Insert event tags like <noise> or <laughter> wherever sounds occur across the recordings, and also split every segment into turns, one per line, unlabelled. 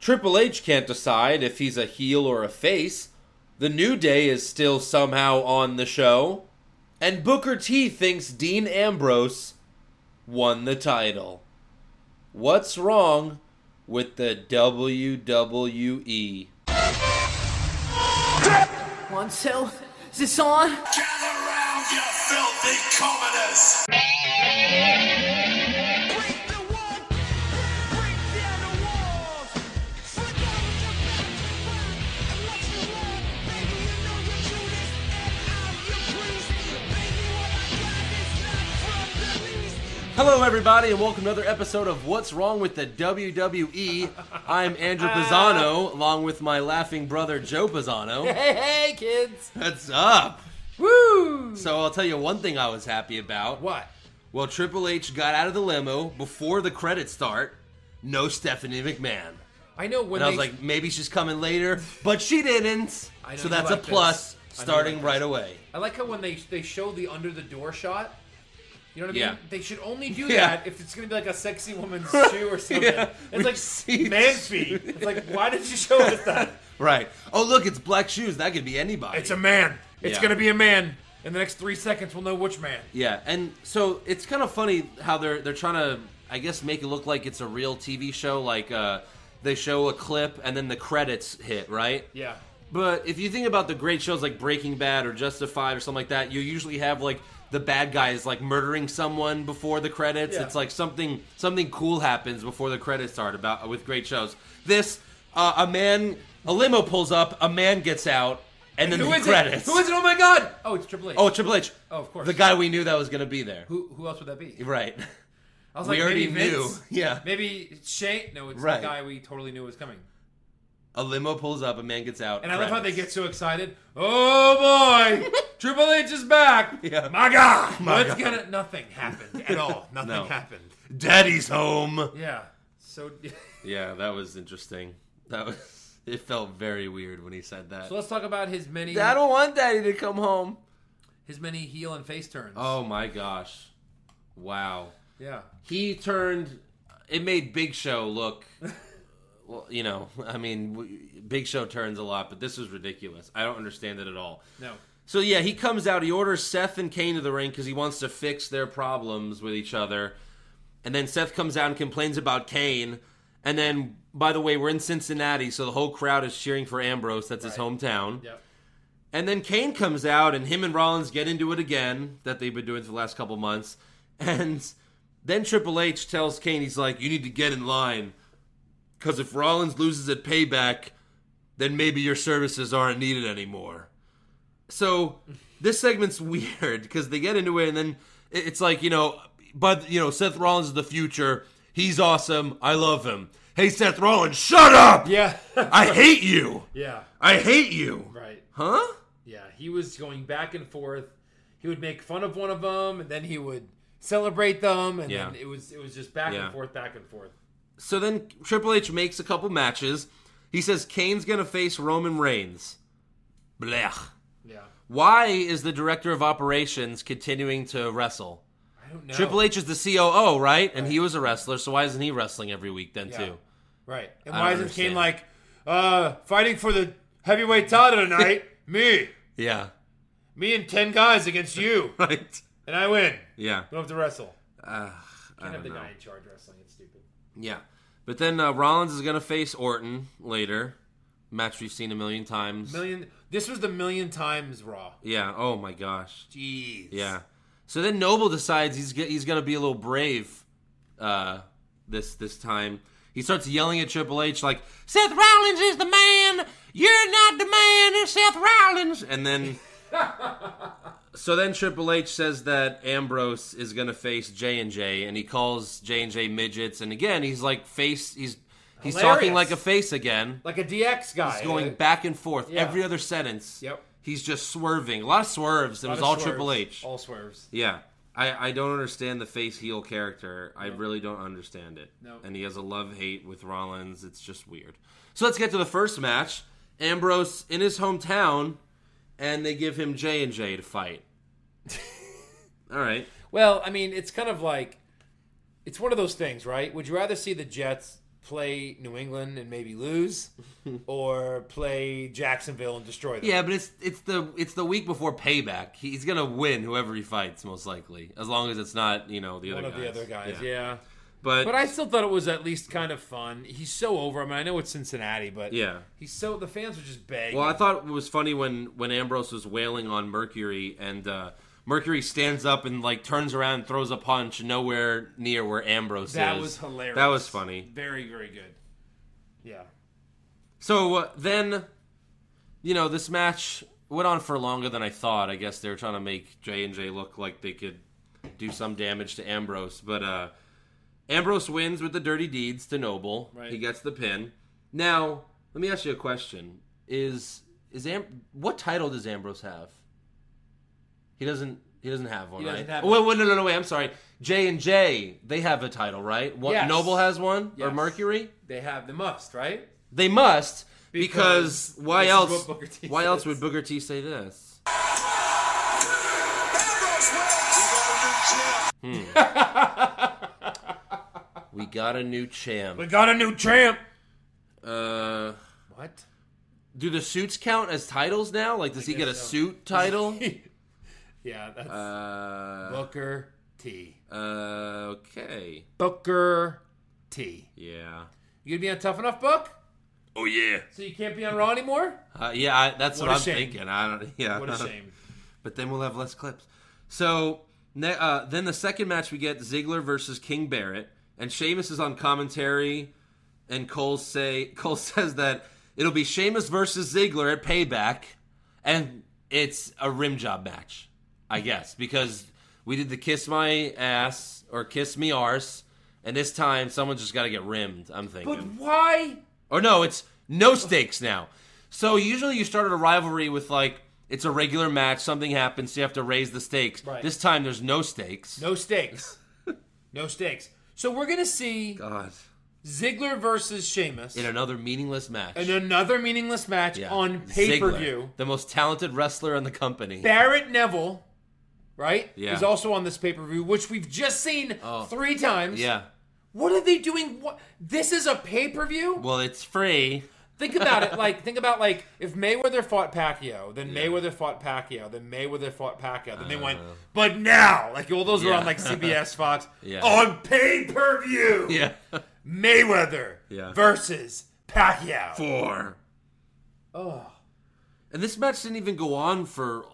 Triple H can't decide if he's a heel or a face. The New Day is still somehow on the show. And Booker T thinks Dean Ambrose won the title. What's wrong with the E? WWE?
One, two, is this on?
Gather round, you filthy commoners!
Break the wall, break down the walls. Fight down with your back to the ground and let you walk. Baby, you know you're cutest, and I'm your priest. Baby, what I got is not from the least.
Hello, everybody, and welcome to another episode of What's Wrong with the WWE. I'm Andrew Pisano, along with my laughing brother Joe
<laughs>
Pisano.
Hey, hey, kids!
That's up?
Woo!
So I'll tell you one thing I was happy about.
What?
Well, Triple H got out of the limo before the credits start. No Stephanie McMahon.
I know when
And I was
they-
like, maybe she's coming later, but she didn't.
I know
So
you
that's a
like
plus
this. I know you
starting
like this.
right away.
I like how when they they show the under the door shot. You know what I mean?
Yeah.
They should
<laughs>
only do
Yeah.
that if it's gonna be like a
<laughs>
sexy woman's shoe or something.
Yeah, we've
It's
seen
like man
this.
feet. It's like why did you show us that?
Right. Oh, look, it's black shoes. That could be anybody.
It's a man. It's
Yeah.
gonna be a man. In the next three seconds, we'll know which man.
yeah, and so it's kind of funny how they're they're trying to, I guess, make it look like it's a real TV show. Like uh, they show a clip and then the credits hit, right?
Yeah.
But if you think about the great shows like Breaking Bad or Justified or something like that, you usually have like the bad guy is like murdering someone before the credits.
Yeah.
It's like something something cool happens before the credits start about with great shows. This uh, a man a limo pulls up, a man gets out, and then
Who
the
is
credits.
it? Who is it? Oh my god! Oh, it's Triple H.
Oh, Triple H.
Oh, of course.
The guy we knew that was going to be there.
who, who else would that be?
Right. <laughs>
I was
we already
maybe
knew. <laughs>
Vince?
Yeah.
Maybe it's Shane. No, it's
Right.
the guy we totally knew was coming.
A limo pulls up, a man gets out.
And I love how they
credits.
get so excited. Oh <laughs> boy, Triple H is back.
Yeah.
My God,
My
what's
God.
gonna? Nothing happened at
<laughs>
all. Nothing
No.
happened.
Daddy's home.
Yeah. So,
Yeah, that was interesting. That was <laughs> it felt very weird when he said that.
so <laughs> let's talk about his many
I don't want Daddy to come home.
his many heel and face turns.
Oh my gosh. Wow.
yeah.
He turned it made Big Show
<laughs>
look well, you know, I mean, w- Big Show turns a lot, but this was ridiculous. I don't understand it at all.
No.
So yeah, he comes out. He orders Seth and Kane to the ring because he wants to fix their problems with each other. And then Seth comes out and complains about Kane. And then, by the way, we're in Cincinnati, so the whole crowd is cheering for Ambrose. That's his
Right.
hometown.
Yep.
And then Kane comes out, and him and Rollins get into it again that they've been doing for the last couple months. And then Triple H tells Kane, he's like, "You need to get in line, because if Rollins loses at Payback, then maybe your services aren't needed anymore." So this segment's <laughs> weird because they get into it, and then it- it's like, you know, but you know, Seth Rollins is the future. He's awesome. I love him. Hey, Seth Rollins, shut up!
<laughs> Yeah.
I hate you.
yeah.
I hate you.
Right.
Huh?
Yeah. He was going back and forth. He would make fun of one of them, and then he would celebrate them, and
Yeah.
then it was it was just back
Yeah.
and forth, back and forth.
So then Triple H makes a couple matches. He says Kane's going to face Roman Reigns. Blech.
Yeah.
Why is the director of operations continuing to wrestle?
I don't know.
Triple H is the COO, right? And he was a wrestler, so why isn't he wrestling every week then,
Yeah.
too?
Right. And
I
why
don't
isn't Kane
understand.
like, uh, fighting for the heavyweight title
<laughs>
tonight? me.
Yeah. <laughs>
Me and 10 guys against you.
Right.
And I win.
Yeah.
Don't have to wrestle.
Uh, I
Can't have
don't
the
know.
guy in charge wrestling. It's stupid.
Yeah. But then uh, Rollins is going to face Orton later. Match we've seen a million times.
Million. This was the million times Raw.
Yeah. Oh, my gosh.
Jeez.
Yeah. So then Noble decides he's g- he's gonna be a little brave uh, this this time. He starts yelling at Triple H like Seth Rollins is the man. You're not the man. It's Seth Rollins. And
<laughs>
then. So then Triple H says that Ambrose is going to face J and J, and he calls J and J midgets. And again, he's like face. He's he's talking
Hilarious.
like a face again.
Like a DX guy.
He's going back and forth
Yeah.
every other sentence.
Yep.
He's just swerving. A lot of swerves. It
A lot
was
of
all
swerves.
Triple H.
All swerves.
Yeah. I, I don't understand the face heel character. I really don't understand it.
No.
And he has a love hate with Rollins. It's just weird. So let's get to the first match. Ambrose in his hometown, and they give him J and J to fight.
<laughs>
All right.
Well, I mean, it's kind of like, it's one of those things, right? Would you rather see the Jets play New England and maybe <laughs> lose, or play Jacksonville and destroy them.
Yeah, but it's it's the it's the week before payback. He's gonna win whoever he fights, most likely, as long as it's not you know the
one
other
of the other guys. Yeah.
But,
but I still thought it was at least kind of fun. He's so over. I mean, I know it's Cincinnati, but
yeah.
he's so the fans are just begging.
Well, I thought it was funny when when Ambrose was wailing on Mercury and. uh Mercury stands up and like turns around and throws a punch nowhere near where Ambrose is.
that was hilarious.
That was funny.
Very very good. Yeah.
So uh, then, you know, this match went on for longer than I thought. I guess they were trying to make J and J look like they could do some damage to Ambrose, but uh, Ambrose wins with the dirty deeds to Noble.
Right.
He gets the pin. Now, let me ask you a question: Is is Am- what title does Ambrose have? He doesn't. He doesn't have one,
He
right?
doesn't have
oh, wait, wait, no, no, no, wait. I'm sorry. J and J, they have a title, right? One,
Yes.
Noble has one, or
Yes.
Mercury.
They have the must right.
They must because,
Because
why
this is
else?
what Booker T
Why else
says.
would Booker T say this?
Ambrose wins. We got a new champ.
We got a new champ.
We got a new champ.
Uh,
<laughs> What?
do the suits count as titles now? Like, does he get a
guess so. <laughs>
suit title?
Yeah, that's
uh,
Booker T.
uh, okay,
Booker T.
yeah,
You gonna be on Tough Enough Book?
oh yeah,
So you can't be on Raw anymore?
uh, yeah. I, that's what,
What a
I'm
shame.
thinking. I don't. Yeah.
<laughs> What a
<laughs>
shame.
but then we'll have less clips. So ne- uh, then the second match we get Ziggler versus King Barrett, and Sheamus is on commentary, and Cole say <laughs> Cole says that it'll be Sheamus versus Ziggler at Payback, and it's a rim job match, I guess, because we did the kiss my ass or kiss me arse, and this time someone's just got to get rimmed. I'm thinking.
But why?
Or no, it's no stakes now. So usually you started a rivalry with like it's a regular match, something happens, so you have to raise the stakes.
Right.
This time there's no stakes. <laughs>
No stakes. no stakes. So we're gonna see
God.
Ziggler versus Sheamus
In another meaningless match.
in another meaningless match
Yeah.
on
Ziggler,
pay per view.
The most talented wrestler in the company.
Barrett Neville, right?
Yeah. Oh.
Is also on this pay per view, which we've just seen three times.
yeah.
What are they doing? What this is a pay per view?
Well, it's free.
Think about it. Like think about like if Mayweather fought Pacquiao, then Mayweather fought Pacquiao, then Mayweather fought Pacquiao, then they went. But now, like all those were
Uh. Yeah.
on like CBS, Fox,
<laughs> Yeah.
on pay per view.
<laughs> Yeah.
Mayweather
Yeah.
versus Pacquiao.
Four.
Oh,
And this match didn't even go on for.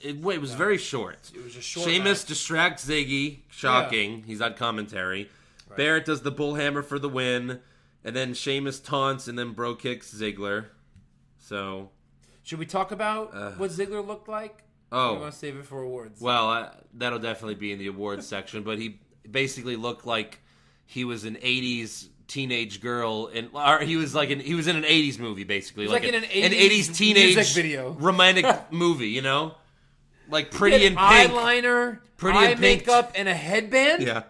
It, it was very short.
it was a short.
Sheamus
match.
distracts Ziggy. Shocking. He's on commentary. Barrett does the bullhammer for the win, and then Sheamus taunts, and then bro kicks Ziggler. So,
Should we talk about what Ziggler looked like? We
Uh, oh,
want to save it for awards.
well, uh, that'll definitely be in the awards <laughs> section. But he basically looked like he was an '80s teenage girl, and or he was like an he was in an '80s movie, basically,
was like
a-
in an 80s
teenage
music video. <laughs>
romantic movie, you know, like Pretty
He
in
had
Pink.
eyeliner,
Pretty in
eye
Pink.
makeup, and a headband.
Yeah.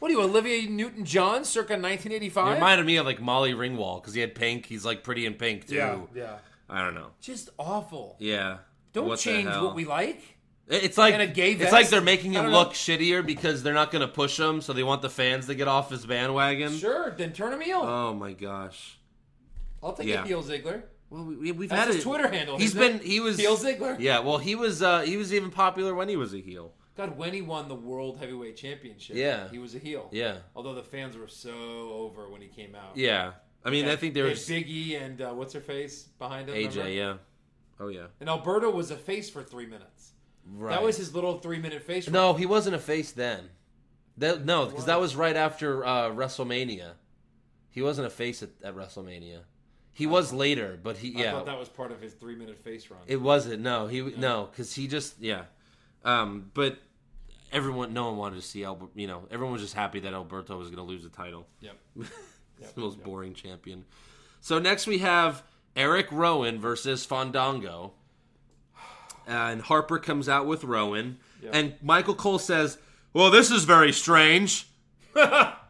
What are you, Olivia Newton-John, circa 1985?
It reminded me of like Molly Ringwald because he had pink. He's like pretty in pink too.
yeah, yeah.
I don't know.
Just awful.
Yeah.
Don't
What the
change
hell?
what we like.
It- It's like
And a gay
it's
vest?
like they're making
I
him
don't
look
know.
shittier because they're not going to push him, so they want the fans to get off his bandwagon.
Sure, then turn him heel.
Oh my gosh.
I'll take
yeah.
a heel Ziggler.
Well, we, we've
That's
had
his
it.
Twitter handle,
He's
isn't
been
it?
he was
Heel Ziggler.
Yeah. Well, he was uh he was even popular when he was a heel.
God, when he won the World Heavyweight Championship,
Yeah.
he was a heel.
Yeah.
Although the fans were so over when he came out.
Yeah. I mean, I think there was
Big E and uh, what's her face behind him. remember?
AJ. Yeah. Oh yeah.
And Alberto was a face for three minutes.
Right.
That was his little three minute face.
No, he wasn't a face then. That, no, because that was right after uh, WrestleMania. He wasn't a face at, at WrestleMania. He was later, but he
Oh. I
yeah,
thought that was part of his three minute face run.
it wasn't. No, he no, because he just yeah. Um, but everyone, no one wanted to see Albert. You know, everyone was just happy that Alberto was going to lose the title.
yep.
He's the most boring champion. So next we have Eric Rowan versus Fandango. Uh, and Harper comes out with Rowan. And Michael Cole says, Well, this is very
<laughs>
strange.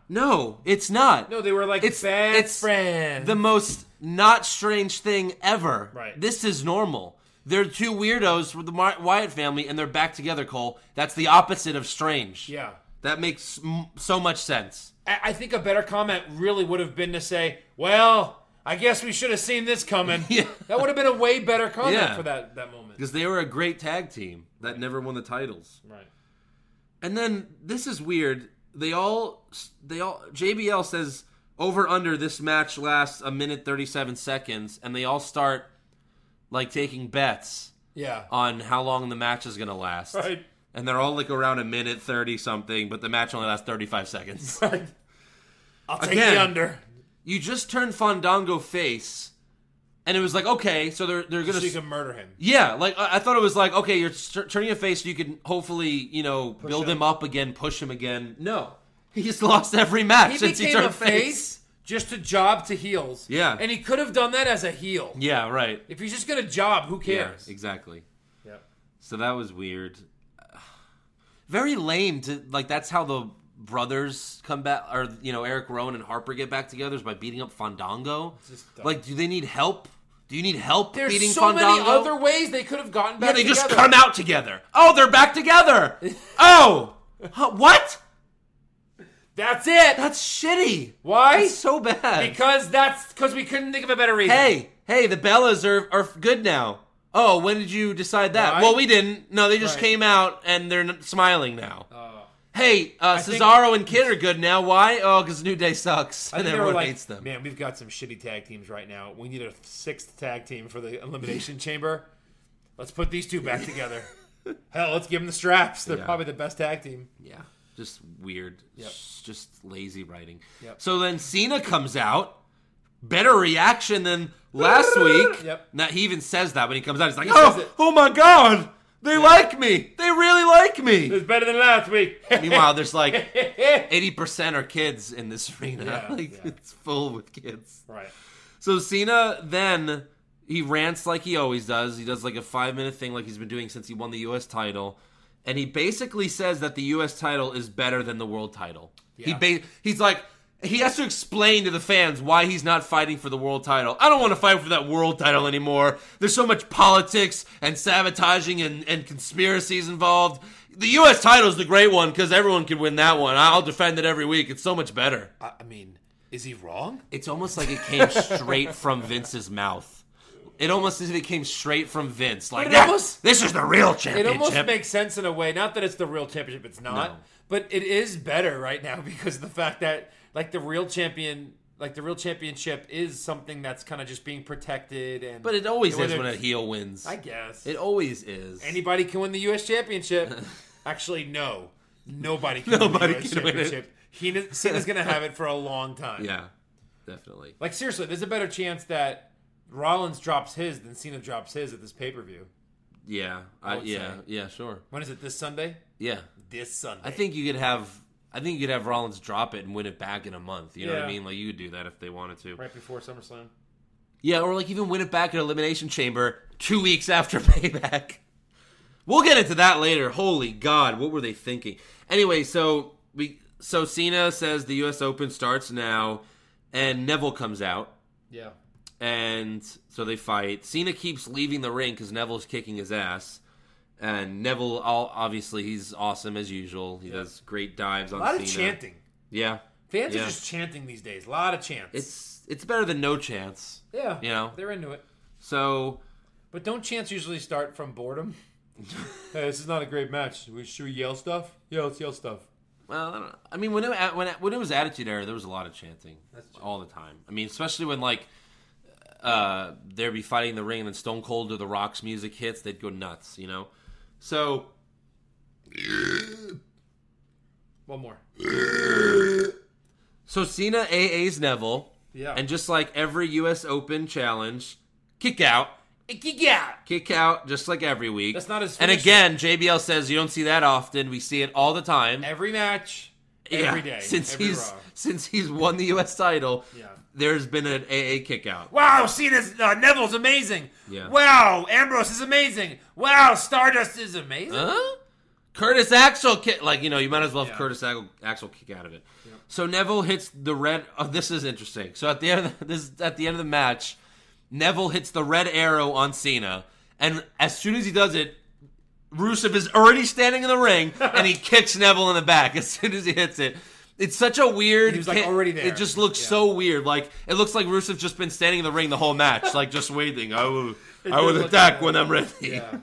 no, it's not.
No, they were like
It's-
best
it's
friends.
the most not strange thing ever.
Right.
This is normal. They're two weirdos from the Wy- Wyatt family, and they're back together, Cole. That's the opposite of strange.
yeah.
That makes m- so much sense.
I I think a better comment really would have been to say, "Well, I guess we should have seen this coming."
<laughs> Yeah.
That would have been a way better comment
Yeah.
for that that moment.
Because they were a great tag team that never won the titles.
Right.
And then this is weird. They all they all JBL says over under this match lasts a minute 37 seconds and they all start like taking bets
Yeah.
on how long the match is going to last.
Right.
And they're all like around a minute 30 something, but the match only lasts 35 seconds.
<laughs> Right. I'll take
Again.
the under.
you just turned Fandango face and it was like okay, so they're they're going
So
to
you can murder him.
Yeah, like I I thought it was like okay, you're st- turning your face, so you can hopefully you know build him.
him.
up again, push him again. No, <laughs> he's lost every match
He
since he
became
turned
a face just to job to heels.
Yeah.
And he could have done that as a heel.
Yeah, right.
If he's just gonna job, who cares?
Yeah, exactly.
Yeah.
So that was weird. <sighs> Very lame to like. That's how the brothers come back, or you know, Eric Rowan and Harper get back together is by beating up Fandango.
just dumb.
Like, do they need help? Do you need help
There's
beating
so
Fandango?
many other ways they could have gotten back.
Yeah, they just
together.
come out together. Oh, they're back
<laughs>
together. oh, Huh, what?
That's it.
That's shitty.
Why?
That's so bad.
Because that's because we couldn't think of a better reason.
hey, hey, the Bellas are are good now. Oh, when did you decide that?
Right.
Well, we didn't. No, they just
Right. Oh.
came out and they're n- smiling now. hey, uh,
think-
Cesaro and Kid are good now. Why? Oh, because New Day sucks
I
and
think they were
everyone
like,
hates them.
Man, we've got some shitty tag teams right now. We need a sixth tag team for the elimination chamber. Let's put these two back together.
<laughs>
Hell, let's give them the straps. They're
Yeah.
probably the best tag team.
Yeah, just weird. S- Just lazy writing.
Yep.
So then Cena comes out. Better reaction than
<laughs>
last week.
Yep.
Now he even says that when he comes out. He's like,
says
"Oh,
it.
oh my god, they like me. They really like
<laughs>
me."
It's better than last week.
<laughs> Meanwhile, there's like eighty percent are kids in this arena.
Yeah,
<laughs> like
yeah.
it's full with kids.
<laughs> right.
So Cena then he rants like he always does. He does like a five minute thing like he's been doing since he won the US title. And he basically says that the US title is better than the world title.
Yeah.
He ba- he's like he has to explain to the fans why he's not fighting for the world title. I don't want to fight for that world title anymore. There's so much politics and sabotaging and, and conspiracies involved. The US title is the great one because everyone can win that one. I'll defend it every week. It's so much better.
I, I mean, is he wrong?
It's almost like it came straight from Vince's mouth. It almost as if it came straight from Vince. Like
it
"Yeah,
almost-
this is the real
It
championship.
almost makes sense in a way. Not that it's the real championship, it's not.
No.
But it is better right now <laughs> because of the fact that like the real champion like the real championship is something that's kind of just being protected and
but it always is
whether
when a
it's-
heel wins.
I guess.
it always is.
Anybody can win the U.S. championship.
<laughs>
Actually, no. Nobody can
Nobody
win the U.S.
can win it.
championship. He, Cena's going to have it for a long time.
yeah, definitely.
Like, seriously, there's a better chance that Rollins drops his than Cena drops his at this pay per view.
Yeah, I,
would
yeah,
say.
yeah. Sure.
When is it? This Sunday?
Yeah,
This Sunday.
I think you could have. I think you could have Rollins drop it and win it back in a month. You know what I
Yeah.
mean? Like you could do that if they wanted to.
Right before SummerSlam.
Yeah, or like even win it back in Elimination Chamber two weeks after <laughs> payback. We'll get into that later. Holy God, what were they thinking? Anyway, so we so Cena says the US Open starts now, and Neville comes out,
Yeah.
and so they fight. Cena keeps leaving the ring because Neville's kicking his ass. And Neville, all, obviously, he's awesome as usual. He does great dives on
A lot
Cena.
of chanting.
Yeah,
Fans
Yeah.
are just chanting these days. A lot of chants.
it's it's better than no chance.
yeah.
you know.
They're into it.
So
But don't chants usually start
<laughs>
from boredom? hey, this is not a great match. We, should we yell stuff? Yeah, let's yell stuff.
Well, Uh, I, don't know. I mean, when it, when it, when it was Attitude Era, there was a lot of chanting
That's true.
all the time. I mean, especially when like uh, they'd be fighting in the ring and then Stone Cold or The Rock's music hits, they'd go nuts, you know. So
One more.
so Cena AA's Neville,
Yeah.
and just like every U.S. Open challenge, kick out.
yeah.
Kick out just like every week.
That's not his
And
finisher.
again, JBL says you don't see that often. We see it all the time.
Every match,
Yeah,
every
<laughs>
day,
Since
every
he's
Raw.
since he's won the U.S. title,
Yeah.
there's been an AA kick out.
Wow, Cena's uh, Neville's amazing.
Yeah.
Wow, Ambrose is amazing. Wow, Stardust is amazing.
huh? Curtis Axel kick, like you know, you might as well have
Yeah.
Curtis Axel, Axel kick out of it. So Neville hits the red. Oh, this is interesting. So at the end, of the, this at the end of the match, Neville hits the red arrow on Cena, and as soon as he does it, Rusev is already standing in the ring,
<laughs>
and he kicks Neville in the back as soon as he hits it. It's such a weird.
He was, like,
can't-
already there.
It just looks
Yeah.
so weird. Like it looks like Rusev's just been standing in the ring the whole match, like just waiting. I
<laughs>
will. I
did
will
look
attack
like-
when I'm ready. <laughs>
Yeah.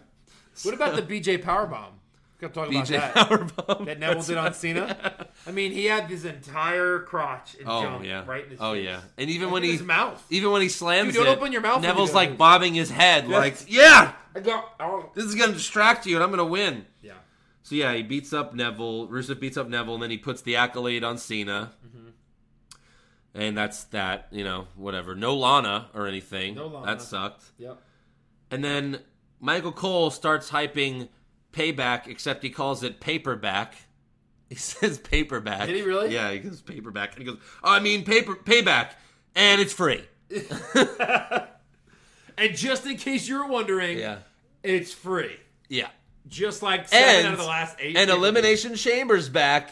What about the BJ Powerbomb? Kept talking
BJ <laughs>
about that.
Powerbomb.
That Neville did on Cena. <laughs> I mean, he had his entire crotch and
Oh
jump
yeah.
right in his
oh
face.
yeah. And even
Like
when
in
he
his mouth.
even when he slams
Dude, don't
it,
open your mouth when you
Neville's
do
like
those.
bobbing his head,
Yeah.
like yeah,
I go, oh.
this is gonna distract you, and I'm gonna win.
Yeah.
So yeah, he beats up Neville. Rusev beats up Neville, and then he puts the accolade on Cena.
Mm-hmm.
And that's that. You know, whatever. No Lana or anything.
No Lana.
That sucked.
Yep.
And then Michael Cole starts hyping payback, except he calls it paperback. <laughs> He says paperback.
Did he really?
Yeah, he goes paperback. And he goes, "Oh, I mean paper payback, and it's free.
And just in case you're wondering, it's free.
Yeah.
Just like seven
And
out of the last eight.
and
pay-per-views.
Elimination Chamber's back,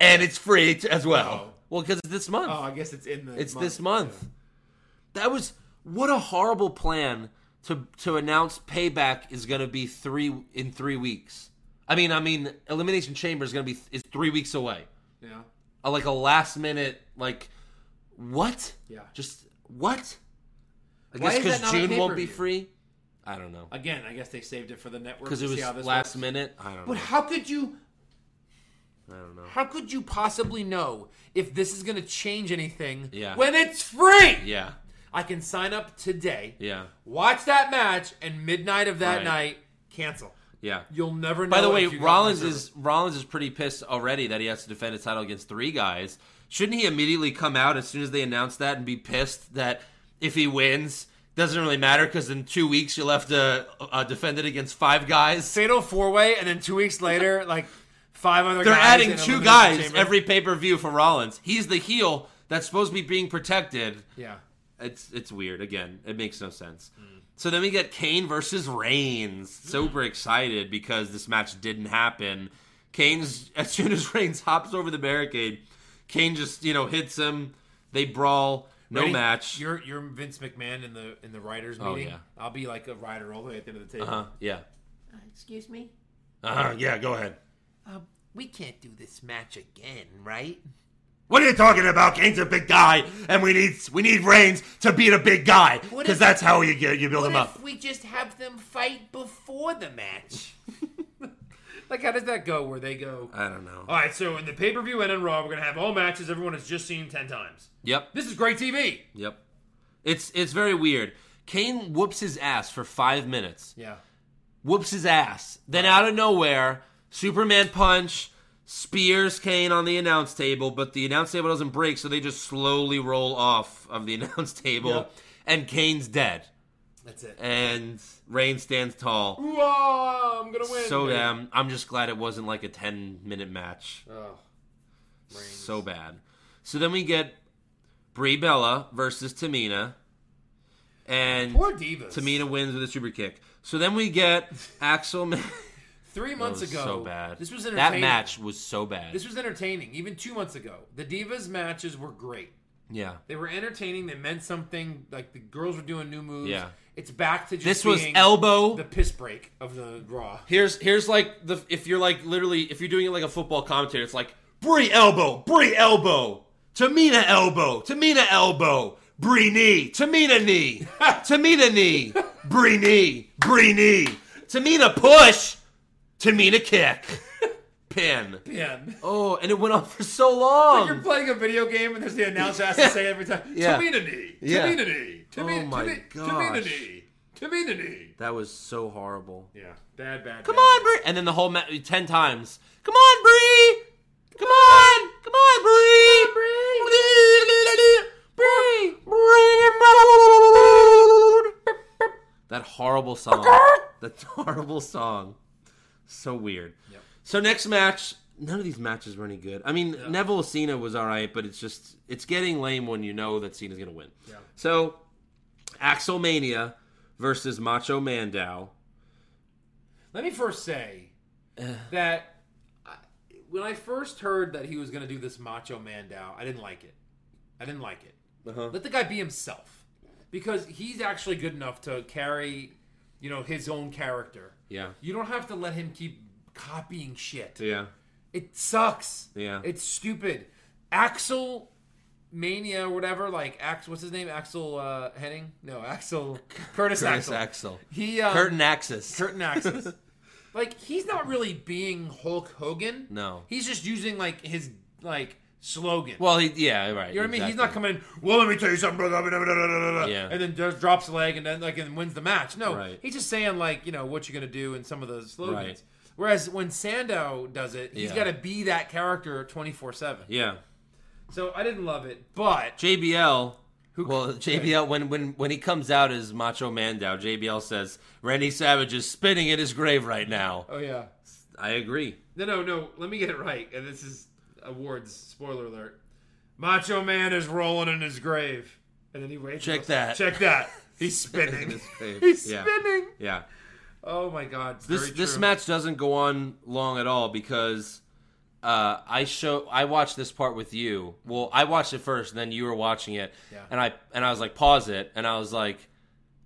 and it's free t- as well.
Oh.
Well, because it's this month.
Oh, I guess it's in the.
it's this month. That was what a horrible plan to to announce payback is going to be three in three weeks. I mean, I mean, Elimination Chamber is going to be is three weeks away.
Yeah.
A- like a last minute, like what?
Yeah.
Just what? I
Why
guess
is that
because
not a
June won't be
pay-per-view?
free. I don't know
Again, I guess they saved it for the network
because it
to
was
see how this
last
works.
minute. I don't
But
know.
how could you?
I don't know.
How could you possibly know if this is going to change anything?
Yeah.
When it's free,
Yeah,
I can sign up today.
yeah,
Watch that match, and midnight of that
Right.
night, cancel.
yeah.
You'll never know.
By the way,
if you got
Rollins
my
is Rollins is pretty pissed already that he has to defend his title against three guys. Shouldn't he immediately come out as soon as they announce that and be pissed that if he wins, doesn't really matter because in two weeks you'll have to uh, defend it against five guys.
fatal four way, and then two
<laughs>
weeks later, like five other.
They're
guys
adding
in
two
Elimination
guys
Chamber.
every pay per view for Rollins. He's the heel that's supposed to be being protected.
Yeah.
It's it's weird. Again, it makes no sense. So then we get Kane versus Reigns. Super excited because this match didn't happen. Kane's <laughs> as soon as Reigns hops over the barricade, Kane just you know hits him. They brawl. No
Ready?
match.
You're you're Vince McMahon in the in the writers
Oh,
meeting.
yeah.
I'll be like a writer all the way at the end of the table.
uh, yeah.
Excuse me.
Uh
Uh-huh.
huh. Yeah. Go ahead.
Um, we can't do this match again, right?
What are you talking about? Kane's a big guy, and we need we need Reigns to beat a big guy
What
because
if-
that's how you get you build him up.
we just have them fight before the
<laughs>
match? like, how does that go? Where they go?
I don't know.
All right, so in the pay per view and in Raw, we're gonna have all matches everyone has just seen ten times.
Yep.
This is great TV.
Yep. It's it's very weird. Kane whoops his ass for five minutes.
Yeah.
Whoops his ass. Then out of nowhere, Superman punch spears Kane on the announce table, but the announce table doesn't break, so they just slowly roll off of the <laughs> announce table,
Yep.
and Kane's dead.
That's it.
And Reign stands tall.
Whoa, I'm gonna win.
So damn. I'm just glad it wasn't like a ten minute match.
Oh, Reigns.
So bad. So then we get Brie Bella versus Tamina. And
poor divas.
Tamina wins with a super kick. So then we get
<laughs>
Axel. Man-
three
That
months
was
ago.
so bad.
This was
that
entertaining.
match was so bad.
This was entertaining. Even two months ago, the divas matches were great.
yeah,
They were entertaining. They meant something. Like the girls were doing new moves.
Yeah.
It's back to just
this was
being
elbow.
the piss break of the Raw.
here's here's like the if you're like literally if you're doing it like a football commentator, it's like Brie elbow, Brie elbow, Tamina elbow, Tamina elbow, Brie knee, Tamina knee, Tamina knee, Brie knee, Brie knee, Tamina push, Tamina kick, pin.
Yeah. <laughs>
Oh, and it went on for so long.
You're playing a video game and there's the announcer has to say every time.
<laughs> Yeah.
Taminity.
Yeah.
Taminity. Taminity.
Oh my gosh.
Taminity. Taminity.
That was so horrible.
Yeah. Bad, bad.
Come
bad.
on, Bree! And then the whole ma- ten times. Come on, Bree! Come on! Come on, Bree! Bree! Bree! <laughs> That horrible song. That horrible song. So weird.
Yep.
So next match, none of these matches were any good. I mean, Neville Cena was all right, but it's just it's getting lame when you know that Cena's gonna win.
Yeah.
So, Axelmania versus Macho Mandow.
Let me first say that I, when I first heard that he was going to do this Macho Mandow, I didn't like it. I didn't like it.
Uh-huh.
Let the guy be himself because he's actually good enough to carry you know, his own character.
Yeah.
You don't have to let him keep copying shit.
Yeah.
It sucks.
Yeah.
It's stupid. Axel Mania or whatever, like Ax what's his name? Axel uh Henning? No, Axel
Curtis
Curtis, Axel.
Axel.
He um,
Curtain axis. <laughs>
Curtin Axis. like he's not really being Hulk Hogan.
No.
He's just using like his like slogan.
well, he, yeah, right.
you know what I mean? He's not coming. Well, let me tell you something. Blah, blah, blah, blah, blah, blah, blah,"
Yeah.
And then just drops a leg and then like and wins the match. No,
Right.
he's just saying like you know what you're gonna do in some of those slogans.
Right.
Whereas when Sandow does it, he's
Yeah.
got to be that character 24 seven.
Yeah.
So I didn't love it, but
JBL. well, JBL when when when he comes out as Macho Man Dow, JBL says Randy Savage is spinning in his grave right now.
oh yeah,
I agree.
no no no. Let me get it right. And this is awards spoiler alert. Macho Man is rolling in his grave, and then he waits.
Check that.
Check
<laughs>
that. He's
In
spinning.
his grave.
He's
yeah.
spinning.
Yeah.
Oh my God. it's
This
very
this
true.
match doesn't go on long at all because uh, I show I watched this part with you. Well, I watched it first, and then you were watching it,
Yeah.
and I and I was like, pause it, and I was like,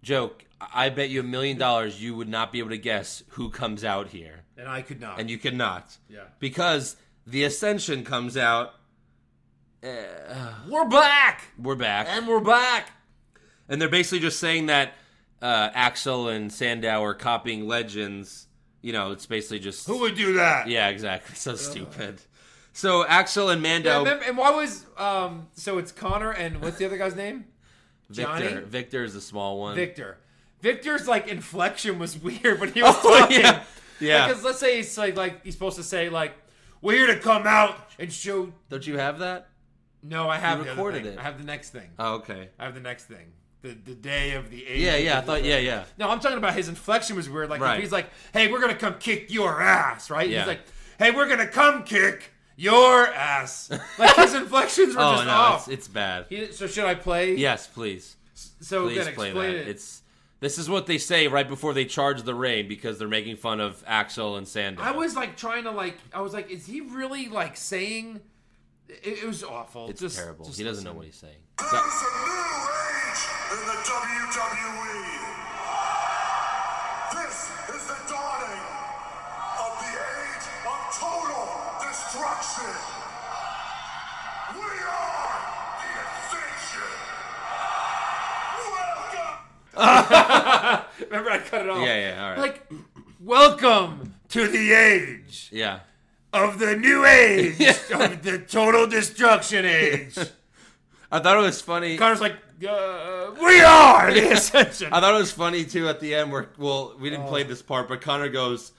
joke. I bet you a million dollars you would not be able to guess who comes out here,
And I could not.
and you cannot.
Yeah.
Because the Ascension comes out.
We're back.
We're back.
And we're back.
And they're basically just saying that uh, Axel and Sandow are copying legends. You know, it's basically just
Who would do that?
yeah, exactly. <laughs> So stupid. So Axel and
And,
Mando,
remember- and why was um? So it's Connor and what's the other guy's name?
Victor.
Johnny?
Victor is the small one. <laughs>
Victor. Victor's like inflection was weird when he was talking.
Oh, yeah, yeah.
Because let's say he's like like he's supposed to say like we're here to come out and show.
Don't you have that?
No, I have the other
recorded
thing.
it.
I have the next thing.
Oh, okay.
I have the next thing. The the day of the eighth.
Yeah, yeah. I thought yeah, yeah.
No, I'm talking about his inflection was weird. Like if
Right.
he's like, "Hey, we're gonna come kick your ass," right?
Yeah.
He's like, "Hey, we're gonna come kick your ass."
<laughs>
Like his inflections were
Oh
just
no,
off.
it's, it's bad.
He- so should I play?
Yes, please,
So
please
then
play
explain
that.
it.
It's this is what they say right before they charge the rain because they're making fun of Axel and Sandow.
I was like trying to like. I was like, is he really like saying? It, it was awful.
It's
Just-
terrible.
just
he doesn't
listen.
know what he's saying.
There's a new age in the WWE. This is the dawning of the age of total destruction. We are the ascension. Welcome.
<laughs> Remember, I cut it off.
Yeah, yeah, all right.
Like, <clears throat> welcome to the age
Yeah.
of the new
<laughs>
age of the total destruction age.
I thought it was funny.
Connor's like, uh, we
<laughs>
are the ascension.
I thought it was funny too at the end where well we didn't play this part, but Connor goes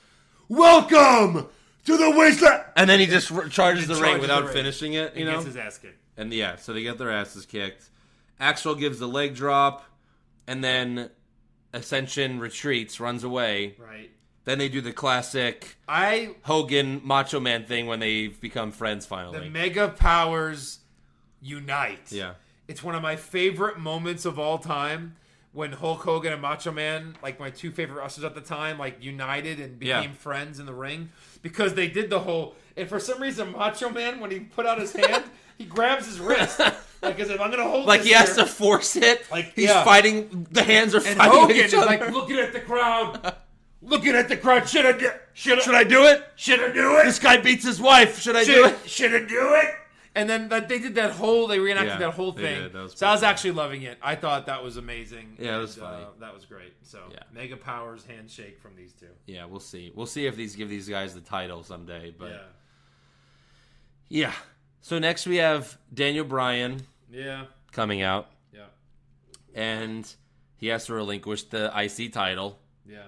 Welcome to the wasteland.
and then he just r- charges the
He
ring
charges
without
the ring.
finishing it, you
He
know.
gets his ass kicked.
and yeah, so they get their asses kicked. Axel gives the leg drop, and then Ascension retreats, runs away.
Right.
Then they do the classic
I
Hogan Macho Man thing when they become friends
the
finally.
mega powers unite.
yeah,
It's one of my favorite moments of all time when Hulk Hogan and Macho Man, like my two favorite wrestlers at the time, like united and
Yeah.
became friends in the ring because they did the whole. And for some reason, Macho Man, when he put out his hand, he grabs his wrist. Like, as if I'm going to hold
like
this
he has
here."
to force it.
Like,
he's
yeah.
fighting. The hands are
And
fighting
Hogan
with each
is
other.
like looking at the crowd, looking at the crowd. Should I do? Should I?
Should I do it?
Should I do it?
This guy beats his wife. Should I do
Should,
it?
should I do it? And then that they did that whole. They reenacted
Yeah,
that whole
they
thing.
did. That was
so I was
pretty
actually loving it. I thought that was amazing.
Yeah, it
and,
was funny.
Uh, that was great. So
Yeah.
mega powers handshake from these two.
Yeah, we'll see. We'll see if these give these guys the title someday. But
Yeah,
yeah. So next we have Daniel Bryan
yeah,
coming out,
yeah,
and he has to relinquish the IC title
yeah.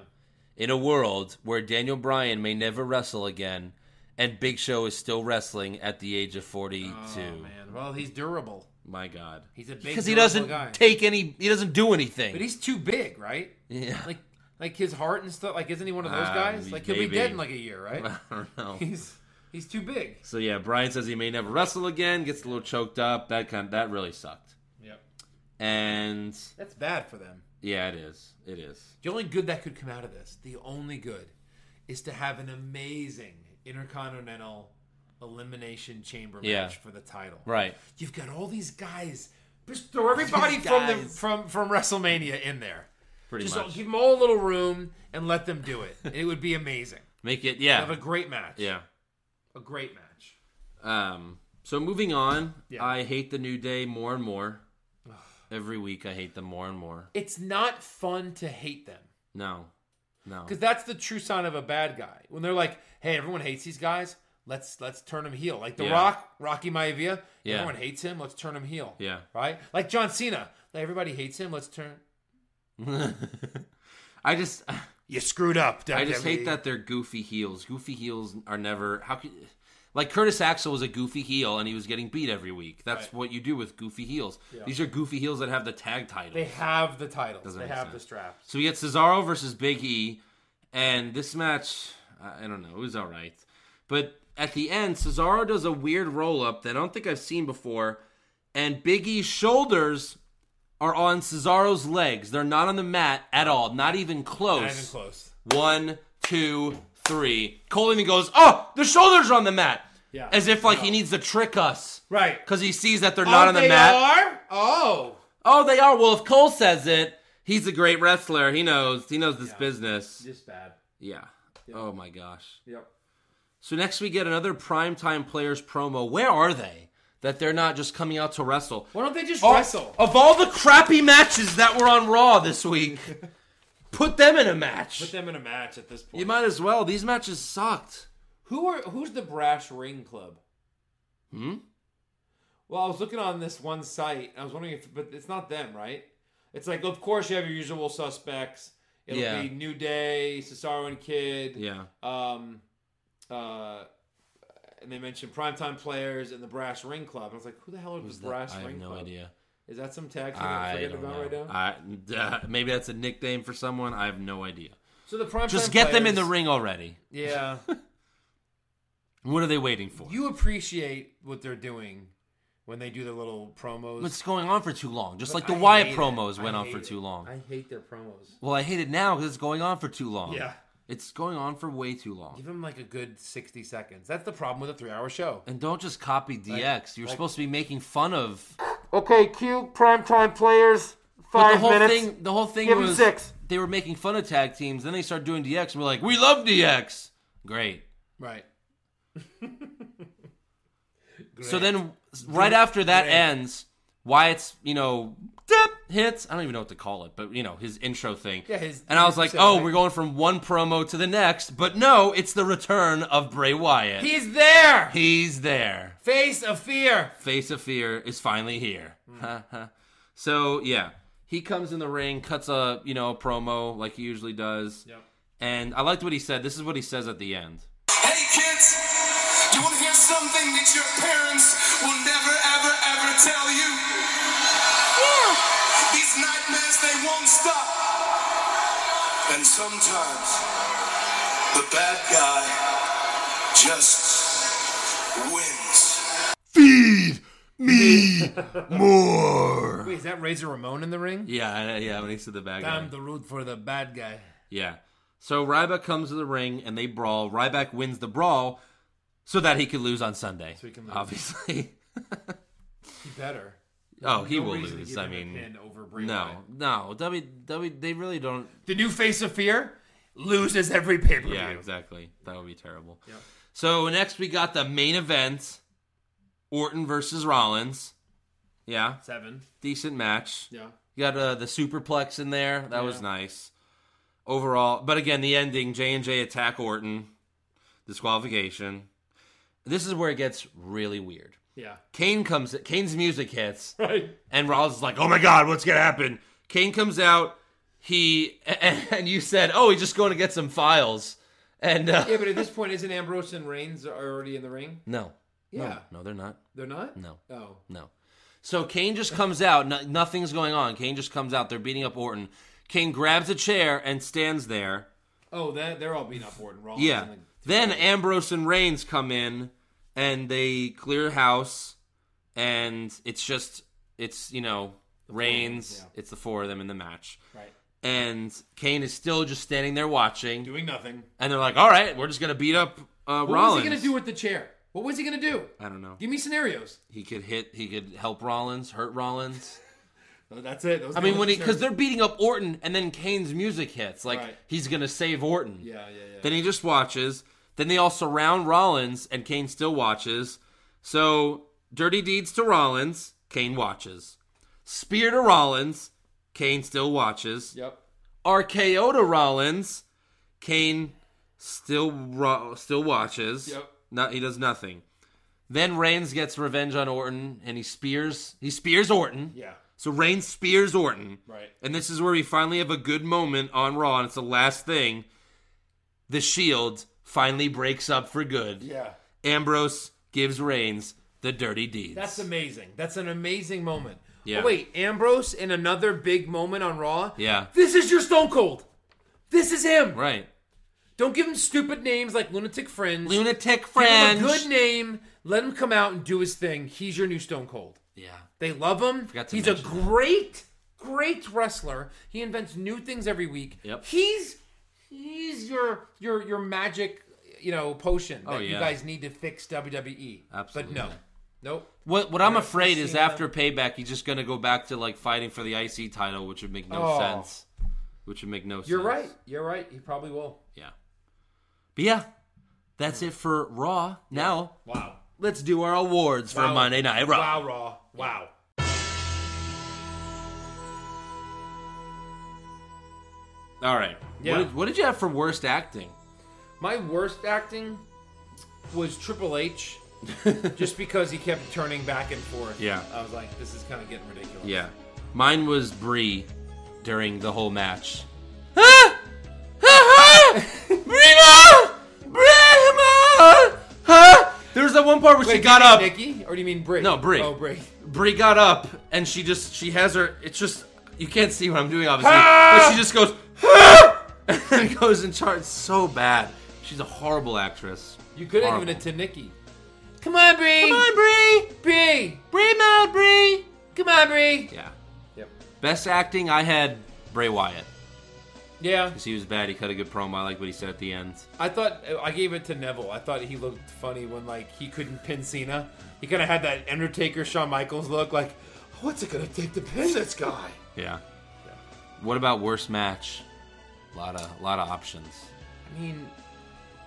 in a world where Daniel Bryan may never wrestle again, and Big Show is still wrestling at the age of forty-two.
Oh man. Well, he's durable.
My God,
He's a big
because he
durable
doesn't
guy.
take any. He doesn't do anything.
But he's too big, right?
<laughs>
<laughs>
yeah.
Like, like his heart and stuff. Like, isn't he one of those
Um,
guys? Like, he'll
maybe.
be dead in like a year, right?
I <laughs> don't know.
he's he's too big.
So yeah, Bryan says he may never wrestle again. Gets a little choked up. That kind. That really sucked.
Yep.
And
That's bad for them.
yeah, it is. It is.
The only good that could come out of this, the only good, is to have an amazing intercontinental elimination chamber match
Yeah.
for the title.
Right.
You've got all these guys. Just throw everybody from the
guys.
from from WrestleMania in there.
Pretty
Just
much.
give them all a little room and let them do it. it would be amazing.
Make it, yeah,
Have a great match.
yeah.
A great match.
Um, so moving on,
Yeah.
I hate the New Day more and more. Every week, I hate them more and more.
It's not fun to hate them
No, no.
because that's the true sign of a bad guy. When they're like, "Hey, everyone hates these guys. Let's let's turn them heel." Like The
Yeah.
Rock, Rocky Maivia.
Yeah.
Everyone hates him. Let's turn him heel.
Yeah.
Right. Like John Cena. Like, everybody hates him. Let's turn.
<laughs> I just,
You screwed up.
I just
WWE.
hate that they're goofy heels. Goofy heels are never how could like Curtis Axel was a goofy heel and he was getting beat every week. That's
Right.
what you do with goofy heels. These are goofy heels that have the tag title.
They have the titles.
Doesn't
they
make
have
sense.
the straps.
So we get Cesaro versus Big E, and this match, I I don't know, it was all right. But at the end, Cesaro does a weird roll up that I don't think I've seen before, and Big E's shoulders are on Cesaro's legs. They're not on the mat at all, not even close.
Not even close.
One, two, three. Cole even goes, Oh, the shoulders are on the mat.
Yeah.
As if like he needs to trick us.
Right. Oh,
Because he sees that they're not on the mat.
Are? Oh.
Oh, they are. Well, if Cole says it, he's a great wrestler. He knows. He knows this business.
Just bad.
Yeah. Oh my gosh.
Yep.
So next we get another primetime players promo. Where are they? That they're not just coming out to wrestle.
Why don't they just
Oh,
wrestle?
Of all the crappy matches that were on Raw this
<laughs>
week, put them in a match.
Put them in a match at this point.
you might as well. These matches sucked.
Who are? Who's the Brash Ring Club?
Hmm?
Well, I was looking on this one site. I was wondering if, but it's not them, right? It's like, of course, you have your usual suspects. It'll
Yeah.
be New Day, Cesaro and Kid.
Yeah.
Um, uh, and they mentioned primetime players and the Brash Ring Club. I was like, who the hell are the
That-
Brash
I have
Ring
no
Club?
idea.
Is that some tag team I'm
I
forgetting
don't
about right
know.
now?
I, uh, maybe that's a nickname for someone. I have no idea.
so the primetime
Just get them in the
players-
ring already.
Yeah.
<laughs> What are they waiting for?
you appreciate what they're doing when they do their little promos.
It's going on for too long. Just like the
I
Wyatt
hate it.
promos
I
went on
hate
for
it.
too long.
I hate their promos.
Well, I hate it now because it's going on for too long.
Yeah.
It's going on for way too long.
Give them like a good 60 seconds. That's the problem with a three hour show.
And don't just copy DX. You're
like-
supposed to be making fun of.
Okay, cue primetime players,
But the whole thing, the whole thing
Give 'em
was
six.
they were making fun of tag teams. Then they started doing DX, and we're like, we love DX. Great.
Right.
So then, right after that
Great.
ends, Wyatt's you know dip hits. I don't even know what to call it, but you know his intro thing.
Yeah, his-
and I was like,
his-
oh, we're going from one promo to the next, but no, it's the return of Bray Wyatt.
He's there!
He's there.
Face of fear!
Face of Fear is finally here.
Hmm.
<laughs> so yeah, he comes in the ring, cuts a you know promo like he usually does, and I liked what he said. This is what he says at the end.
Hey kids, you want to hear something that your parents will never, ever, ever tell you? These nightmares, they won't stop. And sometimes the bad guy just wins.
Feed <laughs> me more.
Wait, is that Razor Ramon in the ring?
Yeah, I- yeah. When he said the bad guy.
I'm the root for the bad guy.
Yeah. So Ryback comes to the ring and they brawl. Ryback wins the brawl so that he could lose on Sunday.
he can lose.
Obviously. <laughs>
He better.
oh, he
No
will
reason to
lose.
give
I
him a
mean,
pin over Bray Wyatt.
no, no. W, w, they really don't.
The new face of fear loses every pay per view.
Yeah, exactly. That would be terrible. So next we got the main event Orton versus Rollins. Yeah,
Seven.
decent match.
Yeah.
You got uh, the superplex in there. That was nice overall. But again, the ending: J and J attack Orton, disqualification. This is where it gets really weird. <laughs>
Yeah.
Kane comes. Kane's music
<laughs>
hits,
Right.
and Rollins is like, "Oh my God, what's gonna happen?" Kane comes out. He <laughs> and, you said, "Oh, he's just going to get some files." And uh,
Yeah, but at this point, isn't Ambrose and Reigns already in the ring?
no,
Yeah.
no, they're not.
They're not?
No.
Oh.
No. So Kane just comes out. No, nothing's going on. Kane just comes out. They're beating up Orton. Kane grabs a chair and stands there.
Oh, they're, they're all beating up Orton. Rollins
Yeah.
and
Then Ambrose and Reigns come in and they clear house. And it's just, it's, you know, Reigns.
yeah.
It's the four of them in the match.
the- right.
And Kane is still just standing there watching.
Doing nothing.
And they're like, all right, we're just going to beat up uh,
What
Rollins.
was he going to do with the chair? What was he going to do?
I don't know.
Give me scenarios.
He could hit, he could help Rollins, hurt Rollins.
That's it. Those
I mean,
guys-
when he because they're beating up Orton, and then Kane's music hits. Like
Right.
he's gonna save Orton.
yeah, yeah, yeah.
Then he just watches. Then they all surround Rollins, and Kane still watches. So dirty deeds to Rollins, Kane watches. Spear to Rollins, Kane still watches.
yep.
RKO to Rollins, Kane still ro- still watches.
Yep.
No, he does nothing. Then Reigns gets revenge on Orton, and he spears he spears Orton.
Yeah.
So Reigns spears Orton.
Right.
And this is where we finally have a good moment on Raw, and it's the last thing. The Shield finally breaks up for good.
Yeah.
Ambrose gives Reigns the dirty deeds.
That's amazing. That's an amazing moment.
Yeah.
Oh, wait, Ambrose in another big moment on Raw? <laughs>
Yeah.
This is your Stone Cold. This is him.
right.
Don't give him stupid names like Lunatic Fringe.
Lunatic
Give him
friends.
a good name. Let him come out and do his thing. He's your new Stone Cold.
yeah.
They love him.
Forgot to
He's a
mention that.
great, great wrestler. He invents new things every week.
Yep.
He's he's your your your magic, you know, potion that you
Oh, yeah.
guys need to fix WWE.
Absolutely.
But no. Nope.
What what I'm afraid is
Cena.
after payback, he's just gonna go back to like fighting for the IC title, which would make no
Oh.
sense. Which would make no sense.
You're right. You're right. He probably will.
Yeah. But yeah, that's it for Raw. Now
Wow.
let's do our awards for
Wow.
Monday Night Raw.
Wow, Raw. Wow.
All right.
Yeah.
What, did, what did you have for worst acting?
My worst acting was Triple H, <laughs> just because he kept turning back and forth.
Yeah.
I was like, this is kind of getting
<laughs>
ridiculous.
Yeah. Mine was Brie during the whole
<laughs>
match. Ah! Ah! Ah! Brima! Brima! Ah! There was that one part where
Wait,
she got up.
Nikki, or do you mean Brie?
No, Brie.
Oh, Brie.
Brie got up and she just she has her. It's just you can't see what I'm doing obviously, but she just goes "Ah!" <laughs> and then goes and charts so bad. She's a horrible actress.
You could have given
Horrible.
it to Nikki. Come on, Brie.
Come on, Brie.
Brie.
Brie mode, Brie.
Come on, Brie.
Yeah.
Yep.
Best acting I had Bray Wyatt.
Yeah.
'Cause he was bad. He cut a good promo. I like what he said at the end.
I thought I gave it to Neville. I thought he looked funny when like he couldn't pin Cena. He kind of had that Undertaker Shawn Michaels look, like, what's it gonna take to pin this guy?
Yeah. What about worst match? A lot of lot of options.
I mean,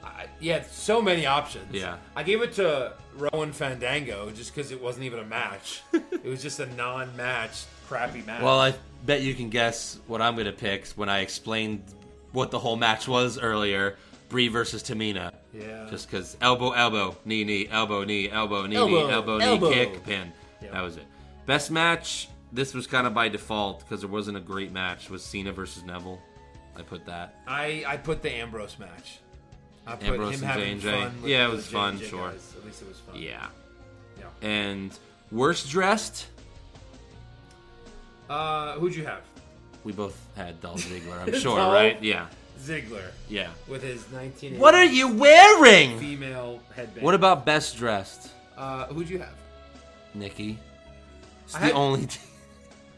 I, yeah, so many options.
Yeah.
I gave it to Rowan Fandango just because it wasn't even
<laughs>
a match. it was just a non-match, crappy match.
Well, I bet you can guess what I'm gonna pick when I explained what the whole match was earlier. Brie versus Tamina.
yeah,
Just because elbow, elbow, knee, knee, elbow, knee, elbow, knee,
Elbow,
knee, elbow,
elbow.
knee, kick, pin. That was it. Best match. This was kind of by default because there wasn't a great match. Was Cena versus Neville? I put that.
I I put the Ambrose match. I put
Ambrose
him
and
having
J&J.
fun. with
Yeah, it
the
was fun,
J&J
sure.
guys. At least it was fun.
Yeah.
Yeah.
And worst dressed.
Uh, who'd you have?
We both had Dolph Ziggler.
<laughs>
I'm sure,
Dolph?
right? Yeah.
Ziggler
Yeah.
with his 19.
What are you wearing?
female headband?
What about best dressed?
uh, who'd you have?
Nikki. It's
I
the
had-
only. T-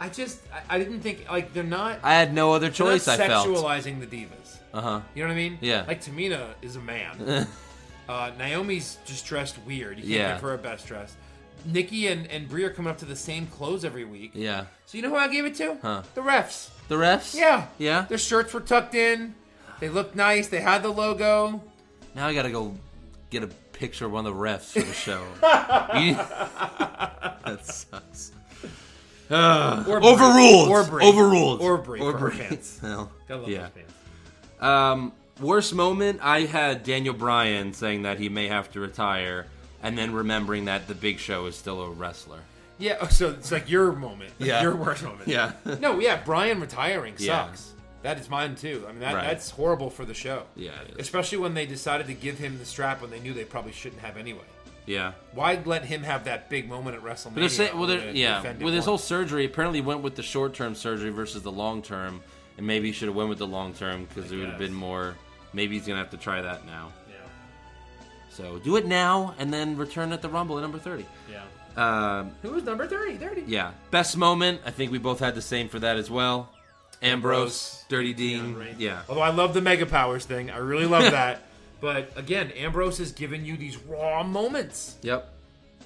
I just I, I didn't think like they're not.
I had no other
they're not
choice. I felt.
sexualizing the divas.
Uh huh.
You know what I mean?
Yeah.
Like Tamina is
<laughs>
a man. uh, Naomi's just dressed weird. You can't
Yeah.
give her a best dress. Nikki and, and Brie are coming up to the same clothes every week.
<laughs> Yeah.
So you know who I gave it to?
Huh.
The refs.
The refs.
Yeah.
Yeah.
Their shirts were tucked in. They looked nice. They had the logo.
Now I gotta go get a picture of one of the refs for the show.
<laughs>
You- that sucks.
Or Brie.
Overruled.
Or Brie.
Overruled.
Or Brie. for her
Brie.
pants.
<laughs> Well,
Gotta love
yeah.
those pants.
Um, worst moment, I had Daniel Bryan saying that he may have to retire, and then remembering that the Big Show is still a wrestler.
Yeah. oh, So it's like your moment.
Yeah.
Your worst moment.
Yeah.
No, yeah, Brian retiring
Yeah.
sucks. That is mine too. I mean, that,
Right.
that's horrible for the show.
Yeah, it is.
especially when they decided to give him the strap when they knew they probably shouldn't have anyway.
yeah.
Why let him have that big moment at WrestleMania?
But they're saying, well,
when
they're-
they
yeah,
defended
with his
one?
whole surgery, apparently went with the short-term surgery versus the long-term, and maybe he should have went with the long-term because it would have
guess.
been more. Maybe he's gonna have to try that now.
Yeah.
So do it now, and then return at the Rumble at number thirty.
yeah.
Um,
Who was number 30? 30.
Yeah. Best moment. I think we both had the same for that as well. Ambrose,
Ambrose,
Dirty Dean.
Right. Oh.
Yeah.
Although I love the Mega Powers thing. I
<laughs>
really love that. But again, Ambrose has given you these raw moments.
Yep.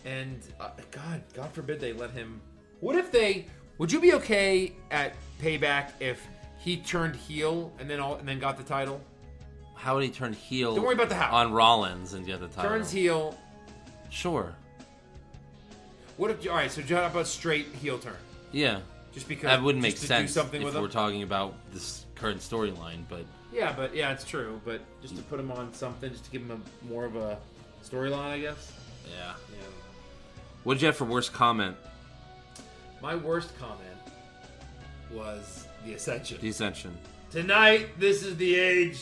And uh, God, God forbid they let him. What if they? Would you be okay at Payback if he turned heel and then all, and then got the title?
How would he turn heel?
Don't worry about the how.
on Rollins and get the title.
Turns heel.
Sure.
What if? All right, so how about straight heel turn?
Yeah.
Just because
That wouldn't make
just to
sense
Do something
if
with
we're
him.
talking about this current storyline, but
yeah, but yeah, it's true. But just to put him on something, just to give him a, more of a storyline, I guess.
yeah.
Yeah.
What did you have for worst comment?
My worst comment was the ascension.
The Ascension.
Tonight, this is the age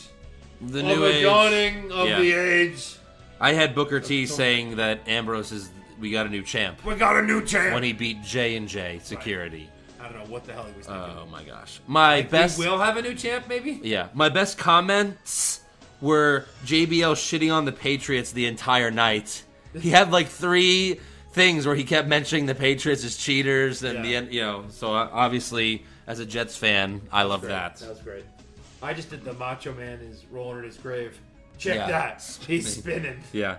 The
of
new
the
age.
dawning of
Yeah.
the age.
I had Booker T saying that Ambrose is we got a new champ
We got a new champ.
when he beat J and J Security.
I don't know what the hell he was thinking.
Oh my gosh. My best
We will have a new champ, maybe.
Yeah, my best comments were JBL shitting on the Patriots the entire night. He had like three things where he kept mentioning the Patriots as cheaters and the
Yeah.
end, you know. So I- obviously, as a Jets fan, I love
Great.
that.
was great. I just did the Macho Man is rolling in his grave. Check
Yeah.
that. He's spinning.
Yeah.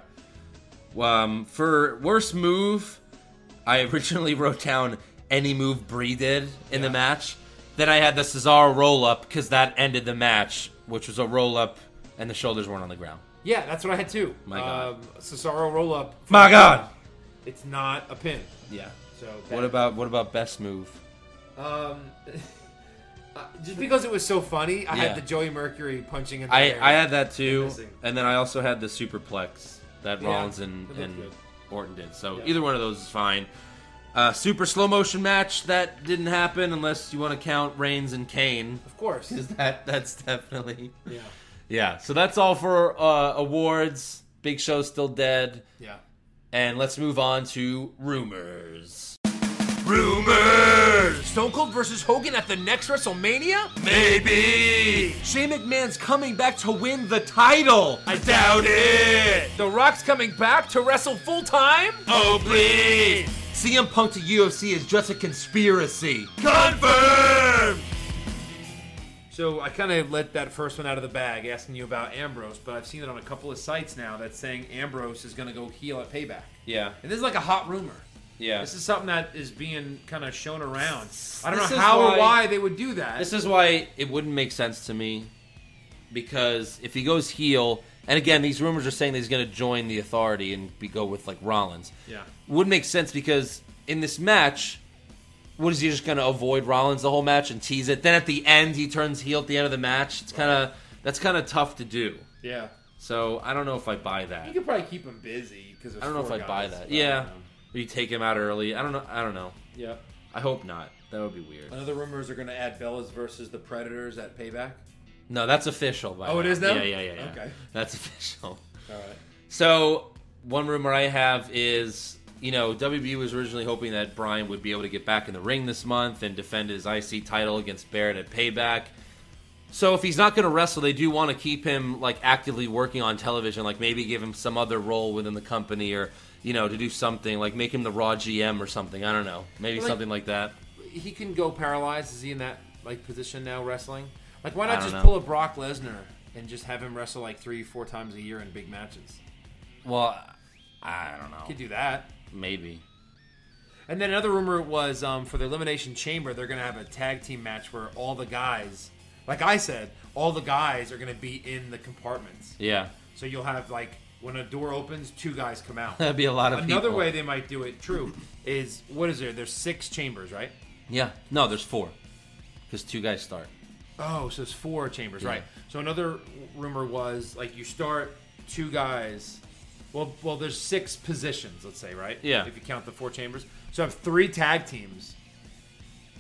Um, for worst move, I <laughs> originally wrote down any move Bree did in the
Yeah.
match. Then I had the Cesaro roll up because that ended the match, which was a roll up, and the shoulders weren't on the ground.
Yeah, that's what I had too.
My God.
Um, Cesaro roll up.
My God.
It's not a pin.
Yeah.
So
What about what about best move?
um? <laughs> uh, just because it was so funny, I
Yeah.
had the Joey Mercury punching in the
I,
air.
I had that too,
missing.
and then I also had the superplex that
Yeah,
Rollins and,
that looked
and
good.
Orton did. So
Yeah.
either one of those is fine. Uh, super slow motion match that didn't happen unless you want to count Reigns and Kane. <laughs>
of course.
'Cause that that's definitely
yeah.
yeah. So that's all for uh, awards. Big Show's still dead,
Yeah.
and let's move on to rumors.
Rumors. Stone Cold versus Hogan at the next WrestleMania.
Maybe Shane McMahon's coming back to win the title. I doubt it.
The Rock's coming back to wrestle full time.
Oh, please! CM Punk to UFC is just a conspiracy. Confirmed!
So I kind of let that first one out of the bag, asking you about Ambrose, but I've seen it on a couple of sites now that's saying Ambrose is going to go heel at Payback,
Yeah,
and this is like a hot rumor.
yeah.
This is something that is being kind of shown around. I don't
This
know
is
how
why-
or why they would do that.
This is why it wouldn't make sense to me because if he goes heel, and again, these rumors are saying that he's going to join the authority and be, go with like Rollins.
Yeah.
Would make sense because in this match, what is he just going to avoid Rollins the whole match and tease it? Then at the end, he turns heel at the end of the match. It's kind of that's kind of tough to do.
yeah,
So I don't know if I buy that.
you could probably keep him busy because
I don't know if I buy that. Yeah. Or you take him out early. I don't know. I don't know.
yeah.
I hope not. That would be weird.
Another rumors are going to add Bellas versus the Predators at Payback.
No, that's official. By
Oh, it
now.
is now?
Yeah, yeah, yeah, yeah.
Okay.
That's <laughs> official.
All right.
So one rumor I have is, you know, WB was originally hoping that Brian would be able to get back in the ring this month and defend his IC title against Barrett at Payback. So if he's not going to wrestle, they do want to keep him like actively working on television, like maybe give him some other role within the company or. You know, to do something like make him the raw GM or something. I don't know. Maybe
Like-
something like that.
He can go paralyzed. Is he in that like position now wrestling? Like, why
I
not
don't
just
know.
pull a Brock Lesnar and just have him wrestle like three, four times a year in big matches?
Well, I don't know.
Could do that.
Maybe.
And then another rumor was um, for the Elimination Chamber, they're going to have a tag team match where all the guys, like I said, all the guys are going to be in the compartments.
Yeah.
So you'll have like when a door opens, two guys
<laughs>
come
<laughs>
out.
That'd be a lot of
Another
people.
way they might do it, true, <clears throat> is what is there? There's six chambers, right?
Yeah. No, there's four. Because two guys start.
Oh, so it's four chambers,
Yeah.
right? So another w- rumor was like you start two guys. Well, well, there's six positions, let's say, right?
Yeah.
If you count the four chambers, so have three tag teams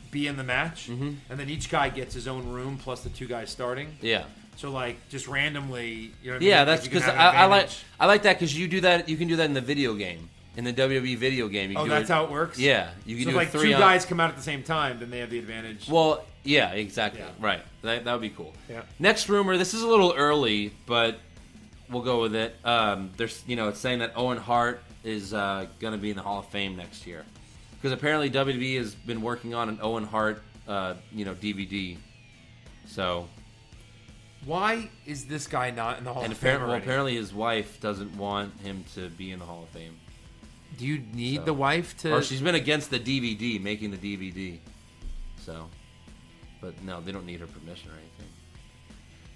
be in the match, and then each guy gets his own room plus the two guys starting.
Mm-hmm. Yeah.
So like just randomly, you know. What
Yeah,
I mean?
that's
You can
because
have an
I, I like
advantage.
I like that because you do that. You can do that in the video game in the WWE video game. You
Oh,
do
that's how it works.
Yeah, you can
So
do
if,
a
like
three
two
on-
guys come out at the same time, then they have the advantage.
Well, yeah, exactly.
Yeah.
Right. That, that would be cool.
Yeah.
Next rumor. This is a little early, but we'll go with it. Um, there's, you know, it's saying that Owen Hart is uh, going to be in the Hall of Fame next year because apparently WWE has been working on an Owen Hart, uh, you know, DVD. So,
Why is this guy not in the Hall
and
of Fame
apparently, well,
already?
apparently his wife doesn't want him to be in the Hall of Fame,
do you need
So-
the wife to?
or she's been against the DVD, making the DVD. So, but no, they don't need her permission or anything.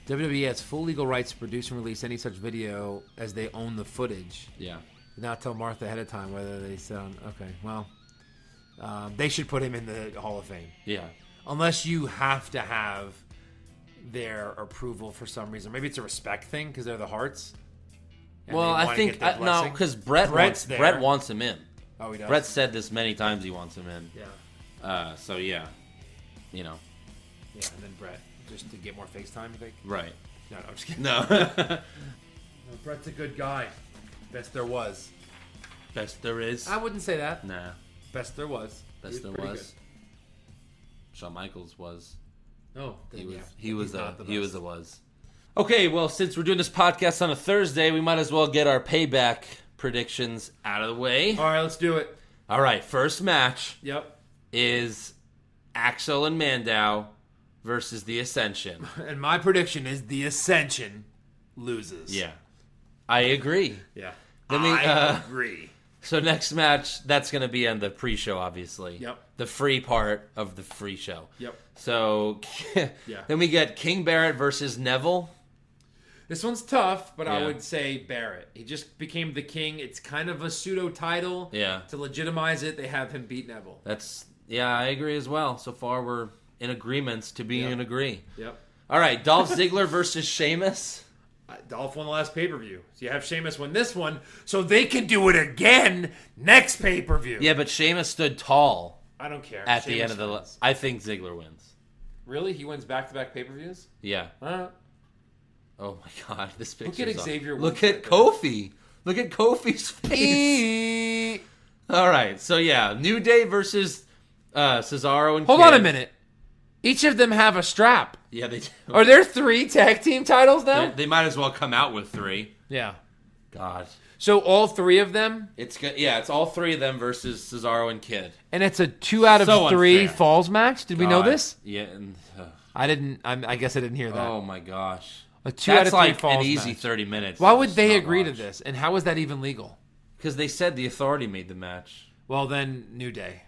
WWE E has full legal rights to produce and release any such video as they own the footage.
Yeah.
Did not tell Martha ahead of time whether they sound okay. Well, um, they should put him in the Hall of Fame
Yeah.
unless you have to have their approval for some reason. Maybe it's a respect thing because they're the hearts. and
well,
they
I
wanna
think
get their
I, no,
blessing.
because Brett
Brett's
wants,
there.
Brett wants him in.
oh, he does.
Brett said this many times. He wants him in.
yeah,
Uh, so yeah, you know,
yeah, and then Brett just to get more FaceTime. I think.
right?
No, no, I'm just
<laughs>
kidding.
No,
No, Brett's a good guy. Best there was.
best there is.
I wouldn't say that.
nah,
Best there was. He
best there
pretty
was. Shawn Michaels was.
good. No,
He
then,
was.
yeah,
He was
he's
a.
not the
he was
best.
a was. Okay, well, since we're doing this podcast on a Thursday, we might as well get our payback predictions out of the way.
All right, let's do it.
All right, first match
Yep.
is Axel and Mandow versus the Ascension.
And my prediction is the Ascension loses.
Yeah, I agree.
Yeah.
Let me,
I
uh,
agree.
So next match, that's going to be on the pre-show, obviously.
Yep.
The free part of the free show.
Yep.
So <laughs> then we get King Barrett versus Neville.
This one's tough, but I
Yeah.
would say Barrett. He just became the king. It's kind of a pseudo title.
Yeah.
To legitimize it, they have him beat Neville.
That's yeah, I agree as well. So far, we're in agreements to being
Yeah.
in agree.
Yep.
All right, Dolph Ziggler versus Sheamus.
Uh, Dolph won the last pay per view. So you have Sheamus win this one, so they can do it again next pay per view.
Yeah, but Sheamus stood tall
I don't care.
at the
Sheamus
end of the.
wins.
I think Ziggler wins.
Really? He wins back to back pay per views?
Yeah.
Huh?
Oh my God, this
at
picture.
Xavier
Look
Woods
at
right
Kofi. Look at
<laughs>
Kofi's face. All right, so yeah, New Day versus uh, Cesaro and.
Hold
Kid.
on a minute. Each of them have a strap.
Yeah, they do.
Are there three tag team titles now?
They, they might as well come out with three.
yeah.
God,
So all three of them,
it's good. Yeah, it's all three of them versus Cesaro and Kid.
and it's a two out of
So
three
unfair.
falls match. Did we know
God.
this?
Yeah. And, uh,
I didn't. I'm, I guess I didn't hear that.
oh my gosh.
a two out
That's
of three
like
falls
an easy
match.
thirty minutes.
Why would they agree to this? And how is that even legal?
Because they said the authority made the match.
Well, then New Day.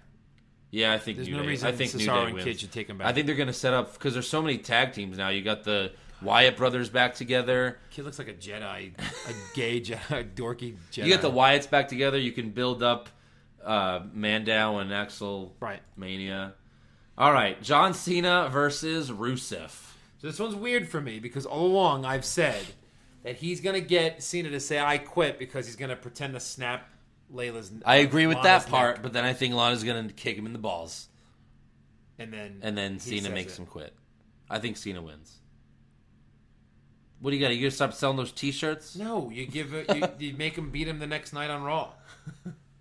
Yeah, I think
There's
New
no
Day-
reason
I think New
Cesaro
Day
and
wins.
Kid should take 'em
I
back.
think they're going to set up because there's so many tag teams now. You got the Wyatt brothers back together.
Kid looks like a Jedi, a gay Jedi, a dorky Jedi.
You get the Wyatts back together. You can build up uh, Mandow and Axel
Right.
Mania. All right, John Cena versus Rusev.
So this one's weird for me because all along I've said that he's gonna get Cena to say I quit because he's gonna pretend to snap Layla's.
I agree with
Lana's
that part,
neck,
but then I think Lana's going to kick him in the balls,
and then
and then
he
Cena
says
makes
it.
him quit. I think Cena wins. What do you got? You going to stop selling those T-shirts?
No, you give it. You, you make him beat him the next night on Raw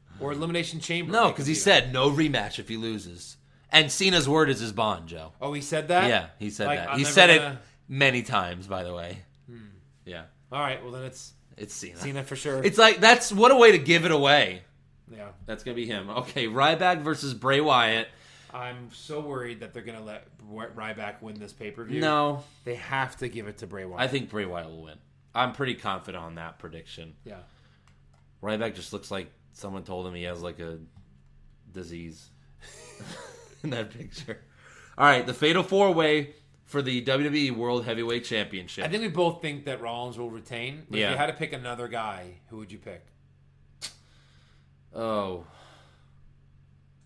<laughs> or Elimination Chamber.
No,
make
because he
him beat him.
said no rematch if he loses, and Cena's word is his bond, Joe.
"Oh, he said that."
Yeah, he said
Like,
that.
I'm
he
never
said it
gonna-
many times, by the way. Yeah,
All right. Well, then it's
it's Cena.
Cena for sure.
It's like that's what a way to give it away.
yeah.
That's gonna be him. Okay, Ryback versus Bray Wyatt.
I'm so worried that they're gonna let Ry- Ryback win this pay per view.
No,
they have to give it to Bray Wyatt.
I think Bray Wyatt will win. I'm pretty confident on that prediction.
yeah.
Ryback just looks like someone told him he has like a disease <laughs> in that picture. All right, the Fatal Four Way for the WWE World Heavyweight Championship.
I think we both think that Rollins will retain. But
Yeah.
If you had to pick another guy, who would you pick?
oh,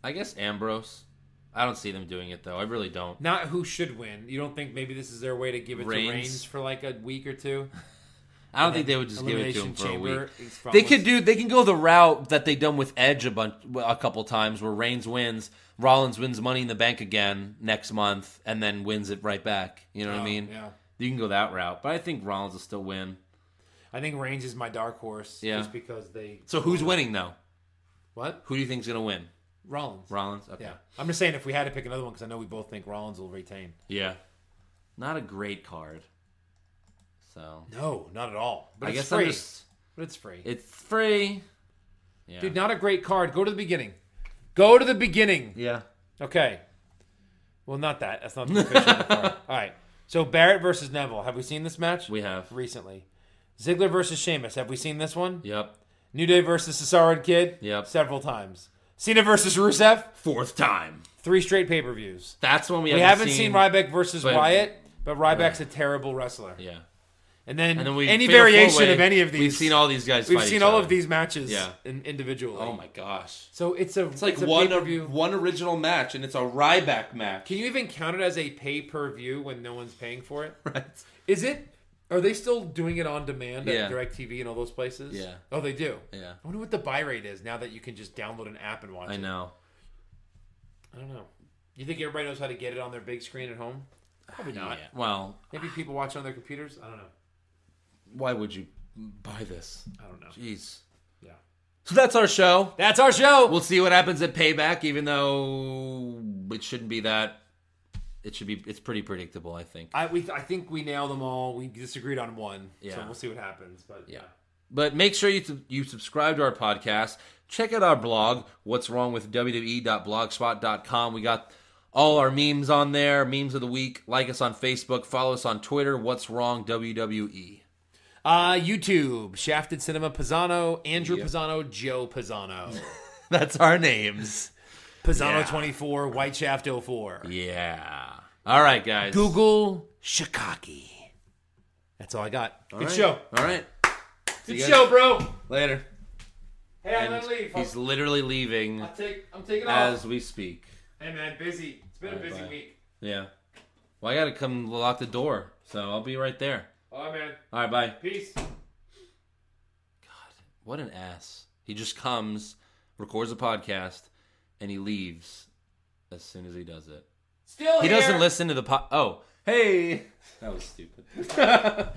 I guess Ambrose. I don't see them doing it though. I really don't.
Not who should win. You don't think maybe this is their way to give it
Reigns.
to Reigns for like a week or two?
I don't think they would just give it to him
Elimination
for a
Chamber
week.
is
They
promised.
could do. They can go the route that they done with Edge a bunch, a couple times, where Reigns wins, Rollins wins Money in the Bank again next month, and then wins it right back. You know what I
Oh,
mean?
yeah.
You can go that route, but I think Rollins will still win.
I think Reigns is my dark horse.
Yeah.
Just because they.
So who's winning though?
What?
Who do you think's gonna win?
Rollins.
Rollins. Okay.
Yeah. I'm just saying if we had to pick another one because I know we both think Rollins will retain.
Yeah. Not a great card. So
No, not at all. But
I
it's
guess
free.
I'm just.
But it's free.
It's free. Yeah.
Dude, not a great card. Go to the beginning. Go to the beginning.
yeah.
Okay. Well, not that. That's not the description of the <laughs> card. All right. So Barrett versus Neville. Have we seen this match?
We have.
recently. Ziggler versus Sheamus. Have we seen this one?
Yep.
New Day versus Cesaro and Kid.
Yep.
Several times. Cena versus Rusev.
Fourth time.
Three straight pay per views.
That's when we,
We haven't seen, Ryback versus
but-
Wyatt, but Ryback's a terrible wrestler.
Yeah.
And then,
And then we
any
fatal
variation
four-way,
of any of these.
We've seen all these guys.
We've
fight
seen
each
all
other.
of these matches
Yeah.
in, individually.
Oh my gosh!
So it's a
It's like
a
one
pay-per-view.
one original match, and it's a Ryback match.
Can you even count it as a pay per view when no one's paying for it?
<laughs> right?
Is it? Are they still doing it on demand
Yeah.
at DirecTV and all those places?
Yeah.
Oh, they do.
Yeah.
I wonder what the buy rate is now that you can just download an app and watch
I
it.
know.
I don't know. You think everybody knows how to get it on their big screen at home? Probably not.
Yeah. Well,
Maybe people watch it on their computers. I don't know.
why would you buy this?
I don't know.
Jeez.
Yeah.
So that's our show.
That's our show.
We'll see what happens at Payback, even though it shouldn't be that. It should be. It's pretty predictable, I think.
I we I think we nailed them all. We disagreed on one. So
Yeah.
we'll see what happens. But yeah.
But make sure you you subscribe to our podcast. Check out our blog, what's wrong with E WWE.blogspot.com. We got all our memes on there, memes of the week. Like us on Facebook, follow us on Twitter, what's wrong E. WWE.
Uh, YouTube, Shafted Cinema Pisano, Andrew Pisano, Joe Pisano.
<laughs>
<laughs>
That's our names.
Pisano24, White Shaft 04.
Yeah. All right, guys.
Google Shikaki. That's all I got.
All
Good
right.
show.
All right.
Good
you guys.
show, bro.
Later.
Hey, I'm
And
gonna leave.
He's
I'm,
literally leaving
I'll take, I'm taking off.
as we speak.
Hey, man, busy. It's been a
Alright,
busy
bye.
week.
Yeah. Well, I got to come lock the door, so I'll be right there.
All right, man.
All right, bye.
Peace.
What an ass. He just comes, records a podcast, and he leaves as soon as he does it.
Still
He
here.
<laughs> doesn't listen to the po- Oh, hey. That was stupid. <laughs>